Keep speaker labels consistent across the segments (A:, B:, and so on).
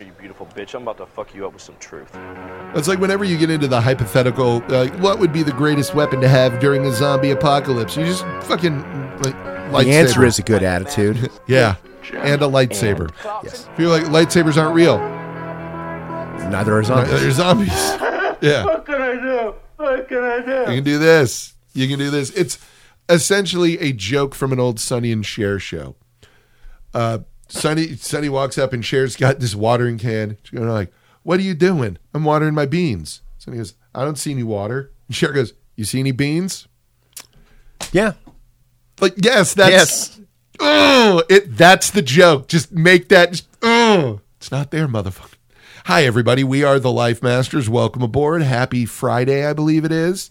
A: You beautiful bitch, I'm about to fuck you up with some truth.
B: It's like whenever you get into the hypothetical, like what would be the greatest weapon to have during a zombie apocalypse? You just fucking like lightsaber.
C: The answer is a good attitude.
B: yeah, and a lightsaber.
C: yes.
B: Feel like lightsabers aren't real.
C: Neither is
B: Right? They're
C: zombies.
B: zombies. Yeah. What can I do? What can I do? You can do this. You can do this. It's essentially a joke from an old Sonny and Cher show. Uh, Sonny Sonny walks up and Cher's got this watering can. She's going like, "What are you doing? I'm watering my beans." Sonny goes, "I don't see any water." And Cher goes, "You see any beans?"
C: Yeah.
B: Like, yes, that's
C: Yes.
B: Oh, it that's the joke. Just make that. Just, oh, it's not there, motherfucker. Hi, everybody. We are the Life Masters. Welcome aboard. Happy Friday, I believe it is.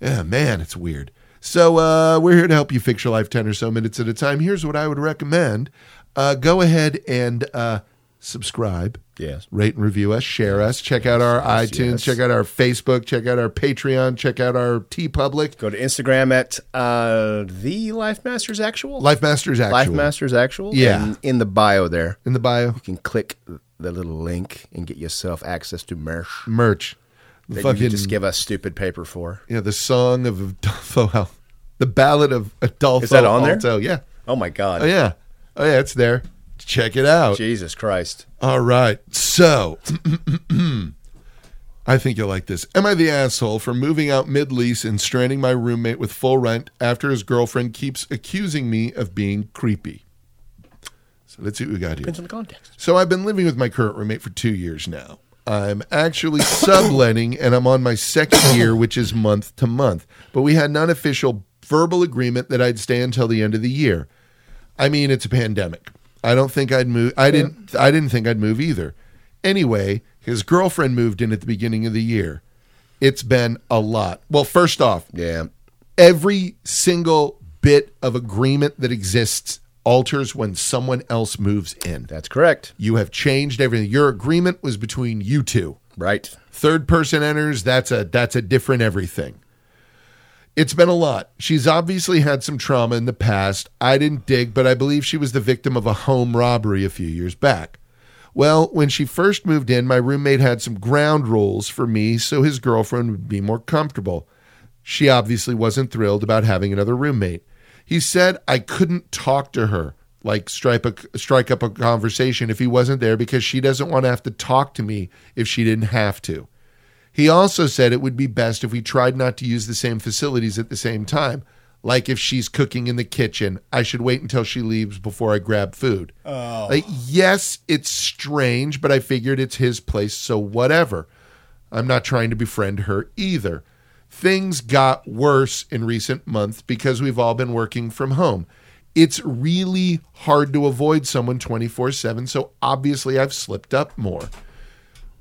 B: Yeah, man, it's weird. So uh, we're here to help you fix your life ten or so minutes at a time. Here's what I would recommend: uh, go ahead and uh, subscribe.
C: Yes.
B: Rate and review us, share us, check out our iTunes,
C: yes.
B: check out our Facebook, check out our Patreon, check out our T Public,
C: Go to Instagram at uh, the Life Masters Actual.
B: Life Masters Actual.
C: Life Masters Actual.
B: Yeah.
C: And in the bio there,
B: in the bio.
C: you can click the little link and get yourself access to merch
B: merch. The
C: that you
B: fucking
C: could just give us stupid paper for.
B: yeah, the song of Adolfo Al, the ballad of Adolfo.
C: Is that on there?
B: Alto. Yeah,
C: Oh my God.
B: oh yeah, oh yeah, it's there. Check it out.
C: Jesus Christ.
B: All right, so I think you'll like this. Am I the asshole for moving out mid lease and stranding my roommate with full rent after his girlfriend keeps accusing me of being creepy? So let's see what we got here.
C: Depends on the context.
B: So I've been living with my current roommate for two years now. I'm actually subletting and I'm on my second year, which is month to month. But we had an unofficial verbal agreement that I'd stay until the end of the year. I mean, it's a pandemic. I don't think I'd move. I didn't. I didn't think I'd move either. Anyway, his girlfriend moved in at the beginning of the year. It's been a lot. Well, first off,
C: Yeah.
B: every single bit of agreement that exists alters when someone else moves in.
C: That's correct.
B: You have changed everything. Your agreement was between you two.
C: Right.
B: Third person enters, that's a that's a different everything. It's been a lot. She's obviously had some trauma in the past. I didn't dig, but I believe she was the victim of a home robbery a few years back. Well, when she first moved in, my roommate had some ground rules for me so his girlfriend would be more comfortable. She obviously wasn't thrilled about having another roommate. He said I couldn't talk to her, like strike, a, strike up a conversation if he wasn't there because she doesn't want to have to talk to me if she didn't have to. He also said it would be best if we tried not to use the same facilities at the same time. Like if she's cooking in the kitchen, I should wait until she leaves before I grab food. Oh. Like, yes, it's strange, but I figured it's his place, so whatever. I'm not trying to befriend her either. Things got worse in recent months because we've all been working from home. It's really hard to avoid someone 24 7, so obviously I've slipped up more.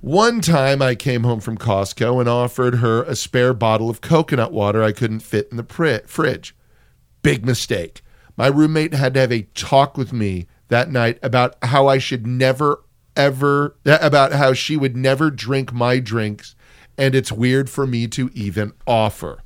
B: One time I came home from Costco and offered her a spare bottle of coconut water I couldn't fit in the pri- fridge. Big mistake. My roommate had to have a talk with me that night about how I should never, ever, uh, about how she would never drink my drinks, and it's weird for me to even offer.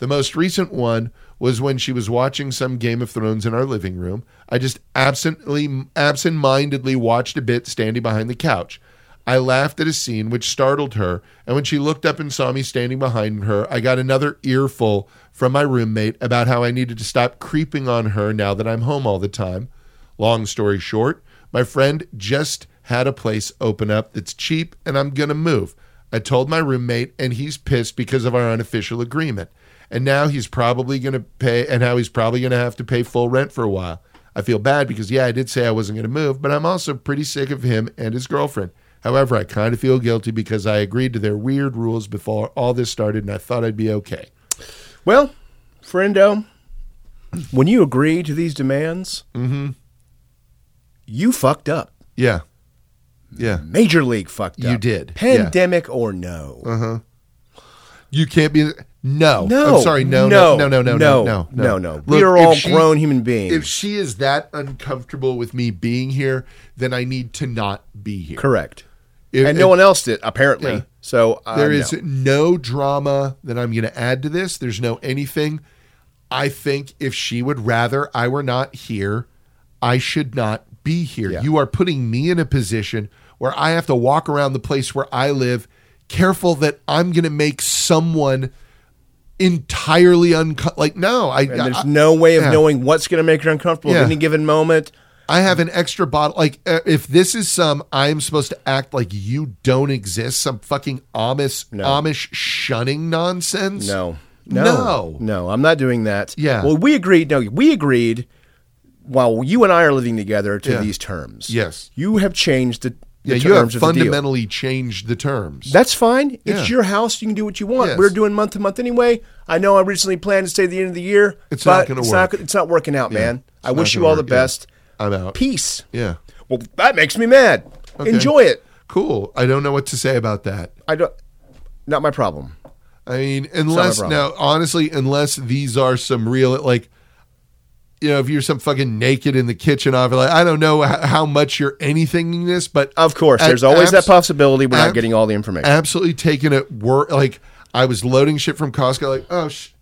B: The most recent one was when she was watching some Game of Thrones in our living room. I just absently, absent-mindedly watched a bit, standing behind the couch. I laughed at a scene which startled her, and when she looked up and saw me standing behind her, I got another earful from my roommate about how I needed to stop creeping on her now that I'm home all the time. Long story short, my friend just had a place open up that's cheap and I'm going to move. I told my roommate and he's pissed because of our unofficial agreement. And now he's probably going to pay and how he's probably going to have to pay full rent for a while. I feel bad because yeah, I did say I wasn't going to move, but I'm also pretty sick of him and his girlfriend. However, I kind of feel guilty because I agreed to their weird rules before all this started and I thought I'd be okay.
C: Well, friendo, when you agree to these demands, you fucked up.
B: Yeah. Yeah.
C: Major league fucked up.
B: You did, yeah.
C: Pandemic or no.
B: You can't be. No,
C: No.
B: I'm sorry. No, no, no, no, no, no, no,
C: no, no. We are
B: if
C: all grown human beings.
B: If she is that uncomfortable with me being here, then I need to not be here.
C: Correct.
B: If-
C: and no one else did, apparently.
B: Yeah.
C: So uh,
B: There is
C: no.
B: no drama that I'm going to add to this. There's no anything. I think if she would rather I were not here, I should not be here.
C: Yeah.
B: You are putting me in a position where I have to walk around the place where I live, careful that I'm going to make someone entirely unco- like no I
C: And there's
B: I-
C: no way of
B: yeah.
C: knowing what's going to make her uncomfortable
B: Yeah.
C: at any given moment.
B: I have an extra bottle. Like, uh, if this is some, I'm supposed to act like you don't exist. Some fucking Amish, Amish shunning nonsense.
C: No. No.
B: No.
C: No, I'm not doing that.
B: Yeah.
C: Well, we agreed. No, we agreed while you and I are living together to
B: Yeah.
C: these terms.
B: Yes.
C: You have changed the,
B: Yeah,
C: the
B: you have
C: terms of the deal.
B: fundamentally changed the terms.
C: That's fine.
B: Yeah.
C: It's your house. You can do what you want.
B: Yes.
C: We're doing month to month anyway. I know I originally planned to stay at the end of the year.
B: It's
C: but
B: not gonna
C: it's
B: work.
C: it's not working out, man. I
B: not
C: wish you
B: gonna
C: all
B: work,
C: the
B: yeah.
C: best.
B: I'm out.
C: Peace.
B: yeah.
C: Well, that makes me mad. Enjoy it.
B: Cool. I don't know what to say about that.
C: I don't. Not my problem.
B: I mean, unless
C: problem.
B: now, honestly, unless these are some real like, you know, if you're some fucking naked in the kitchen, i like, I don't know how, how much you're anything this, but
C: Of course,
B: At
C: there's always that
B: abs-
C: possibility we're
B: abs-
C: not getting all the information.
B: absolutely taken at work. Like I was loading shit from Costco. Like, oh, sh-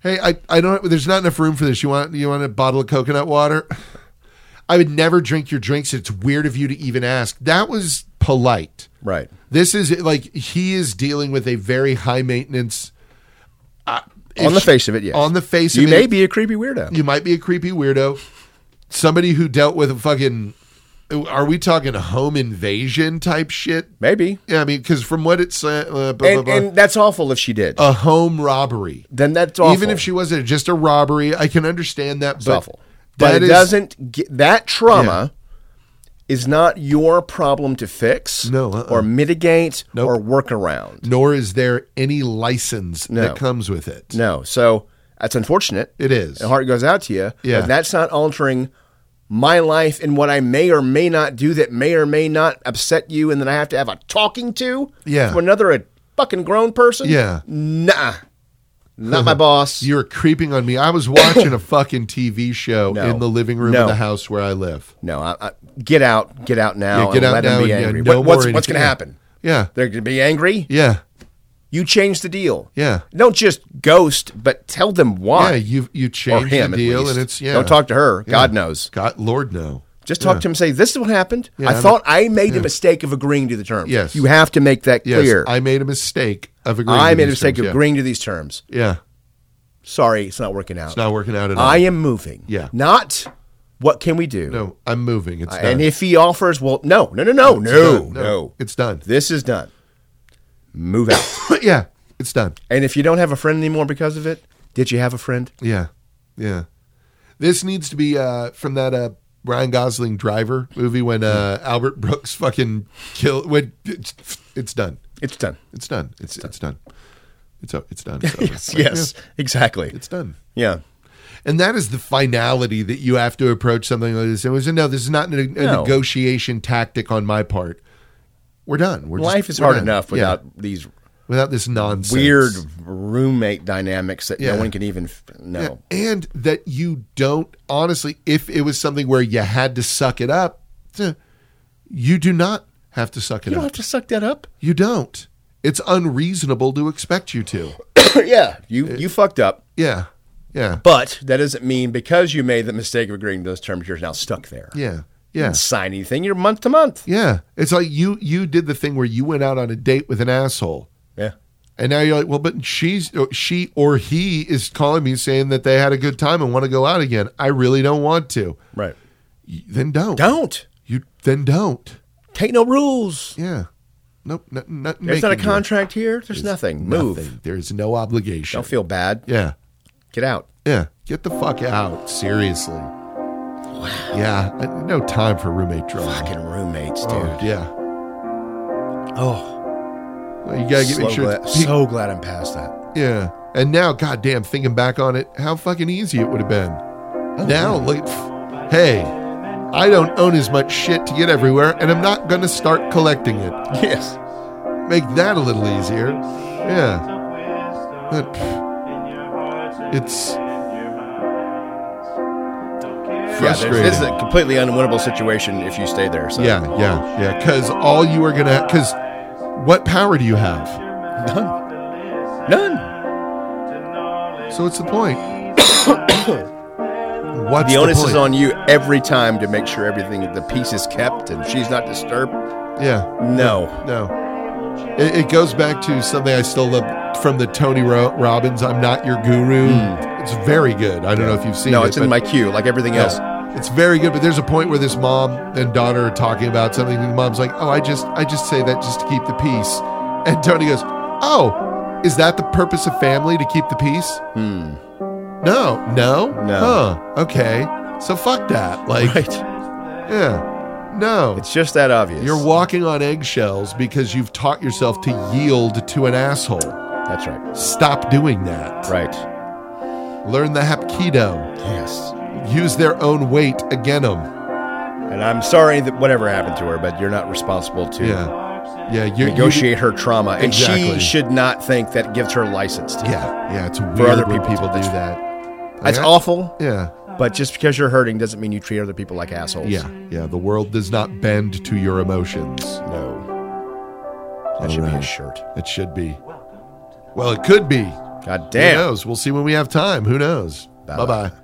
B: hey, I, I don't. There's not enough room for this. You want you want a bottle of coconut water? I would never drink your drinks. It's weird of you to even ask. That was polite.
C: right.
B: This is like he is dealing with a very high maintenance.
C: On the face of it, yes.
B: On the face
C: you
B: of
C: may
B: it,
C: be a creepy weirdo.
B: you might be a creepy weirdo. Somebody who dealt with a fucking. Are we talking home invasion type shit?
C: Maybe.
B: Yeah, I mean, because from what it's uh, blah, blah,
C: And,
B: blah,
C: and that's awful if she did.
B: a home robbery.
C: then that's awful.
B: Even if she wasn't just a robbery, I can understand that.
C: it's
B: but
C: awful. But
B: that
C: it
B: is-
C: doesn't get that trauma is not your problem to fix
B: No, uh-uh.
C: or mitigate
B: Nope.
C: or work around.
B: Nor is there any license
C: No.
B: that comes with it.
C: No. So that's unfortunate.
B: It is.
C: The heart goes out to you.
B: Yeah.
C: But that's not altering my life and what I may or may not do that may or may not upset you and then I have to have a talking to
B: Yeah.
C: from another a fucking grown person.
B: Yeah.
C: Nah. Not my boss.
B: You're creeping on me. I was watching a fucking TV show
C: No.
B: in the living room
C: No.
B: of the house where I live.
C: no, I, I, get out. Get out
B: Yeah,
C: now.
B: get
C: and
B: out
C: let
B: now
C: them be
B: and, yeah,
C: angry.
B: no
C: What- what's
B: more
C: what's going to
B: anything.
C: happen?
B: Yeah.
C: They're going to be angry.
B: Yeah.
C: You change the deal.
B: Yeah.
C: Don't just ghost, but tell them why.
B: Yeah. You you
C: or
B: change
C: him
B: the
C: at
B: deal
C: least.
B: and it's yeah.
C: Don't talk to her.
B: Yeah.
C: God knows.
B: God Lord no.
C: Just talk to him. and Say this is what happened.
B: Yeah,
C: I
B: I'm-
C: thought I made the mistake of agreeing to the terms.
B: Yes.
C: you have to make that
B: Yes,
C: clear.
B: I made a mistake of agreeing.
C: I
B: to
C: made a
B: these
C: mistake
B: terms,
C: of agreeing to these terms.
B: Yeah. yeah.
C: Sorry, it's not working out.
B: It's not working out at all.
C: I am moving.
B: Yeah.
C: Not what can we do?
B: no, I'm moving. It's done.
C: And if he offers, well, no, no, no, no,
B: It's
C: no,
B: done.
C: no,
B: It's done.
C: This is done. Move out.
B: yeah. It's done.
C: and if you don't have a friend anymore because of it, did you have a friend?
B: Yeah, yeah. This needs to be uh, from that uh, Ryan Gosling Driver movie when uh,
C: Mm-hmm.
B: Albert Brooks fucking kill. When it's, it's done,
C: It's done.
B: it's done, it's it's done, it's o- it's done. It's over.
C: Yes,
B: Like,
C: yes,
B: yeah,
C: exactly.
B: it's done.
C: yeah.
B: And that is the finality that you have to approach something like this. It was no, this is not a, a
C: No.
B: negotiation tactic on my part. We're done. We're
C: Life
B: just,
C: is
B: we're
C: hard
B: done.
C: enough
B: Yeah.
C: without these
B: without this nonsense.
C: weird roommate dynamics that
B: Yeah.
C: no one can even f- know.
B: Yeah, and that you don't honestly, if it was something where you had to suck it up, eh, you do not have to suck it
C: You don't
B: up.
C: have to suck that up.
B: you don't. It's unreasonable to expect you to.
C: yeah, you you fucked up,
B: Yeah, yeah,
C: but that doesn't mean because you made the mistake of agreeing to those terms, you're now stuck there.
B: yeah,
C: You
B: yeah,
C: didn't sign anything. You're month to month.
B: yeah. It's like you you did the thing where you went out on a date with an asshole,
C: Yeah.
B: and now you're like, well, but she's or she or he is calling me saying that they had a good time and want to go out again. I really don't want to.
C: Right.
B: Y- Then don't.
C: Don't
B: You then don't.
C: take no rules.
B: Yeah. Nope. Not, not
C: There's not a
B: making you-
C: contract here. There's nothing. Move.
B: Nothing. There's no obligation.
C: Don't feel bad.
B: yeah.
C: Get out.
B: Yeah. Get the fuck out. Seriously. Wow. Yeah. I- no time for roommate drama.
C: Fucking roommates, dude.
B: Oh, yeah.
C: Oh,
B: Well, you gotta get
C: so,
B: make sure.
C: glad,
B: it's pe-
C: so glad I'm past that.
B: yeah. And now, goddamn, thinking back on it, how fucking easy it would have been.
C: Oh,
B: now, look. pff, Hey, I don't own as much shit to get everywhere, and I'm not gonna start collecting it.
C: Yes.
B: Make that a little easier. Yeah. But, pff, it's
C: Yeah, there's-
B: frustrating.
C: this is a completely unwinnable situation if you stay there. So.
B: Yeah, yeah, yeah. Because all you are gonna, because what power do you have?
C: None. None.
B: So what's the point? What's
C: The onus is
B: point?
C: on you every time to make sure everything, the peace is kept and she's not disturbed.
B: Yeah.
C: No.
B: No. It, it goes back to something I still love from the Tony Ro- Robbins, I'm Not Your Guru. It's very good. I don't know if you've seen it.
C: Hmm. No, it's in
B: but-
C: my queue, like everything else.
B: Yeah. It's very good, but there's a point where this mom and daughter are talking about something, and the mom's like, "Oh, I just, I just say that just to keep the peace," and Tony goes, "Oh, is that the purpose of family to keep the peace?" Hmm. No, no,
C: No.
B: Huh, okay, so fuck that. Like,
C: Right.
B: yeah, no.
C: It's just that obvious.
B: You're walking on eggshells because you've taught yourself to yield to an asshole.
C: That's right.
B: Stop doing that.
C: Right.
B: Learn the hapkido.
C: Yes.
B: Use their own weight again them.
C: And I'm sorry that whatever happened to her, but you're not responsible to
B: Yeah. Yeah. You're,
C: negotiate her trauma. And
B: Exactly.
C: she should not think that gives her license to.
B: yeah. Yeah. It's weird
C: other
B: when
C: people
B: people
C: to-
B: do that.
C: That's
B: Yeah.
C: awful,
B: Yeah.
C: but just because you're hurting doesn't mean you treat other people like assholes.
B: Yeah. Yeah. The world does not bend to your emotions.
C: No. That should be a
B: Alright.
C: shirt.
B: It should be. Well, it could be.
C: God
B: Who
C: damn.
B: knows? We'll see when we have time. Who knows?
C: Bye-bye.
B: Bye bye.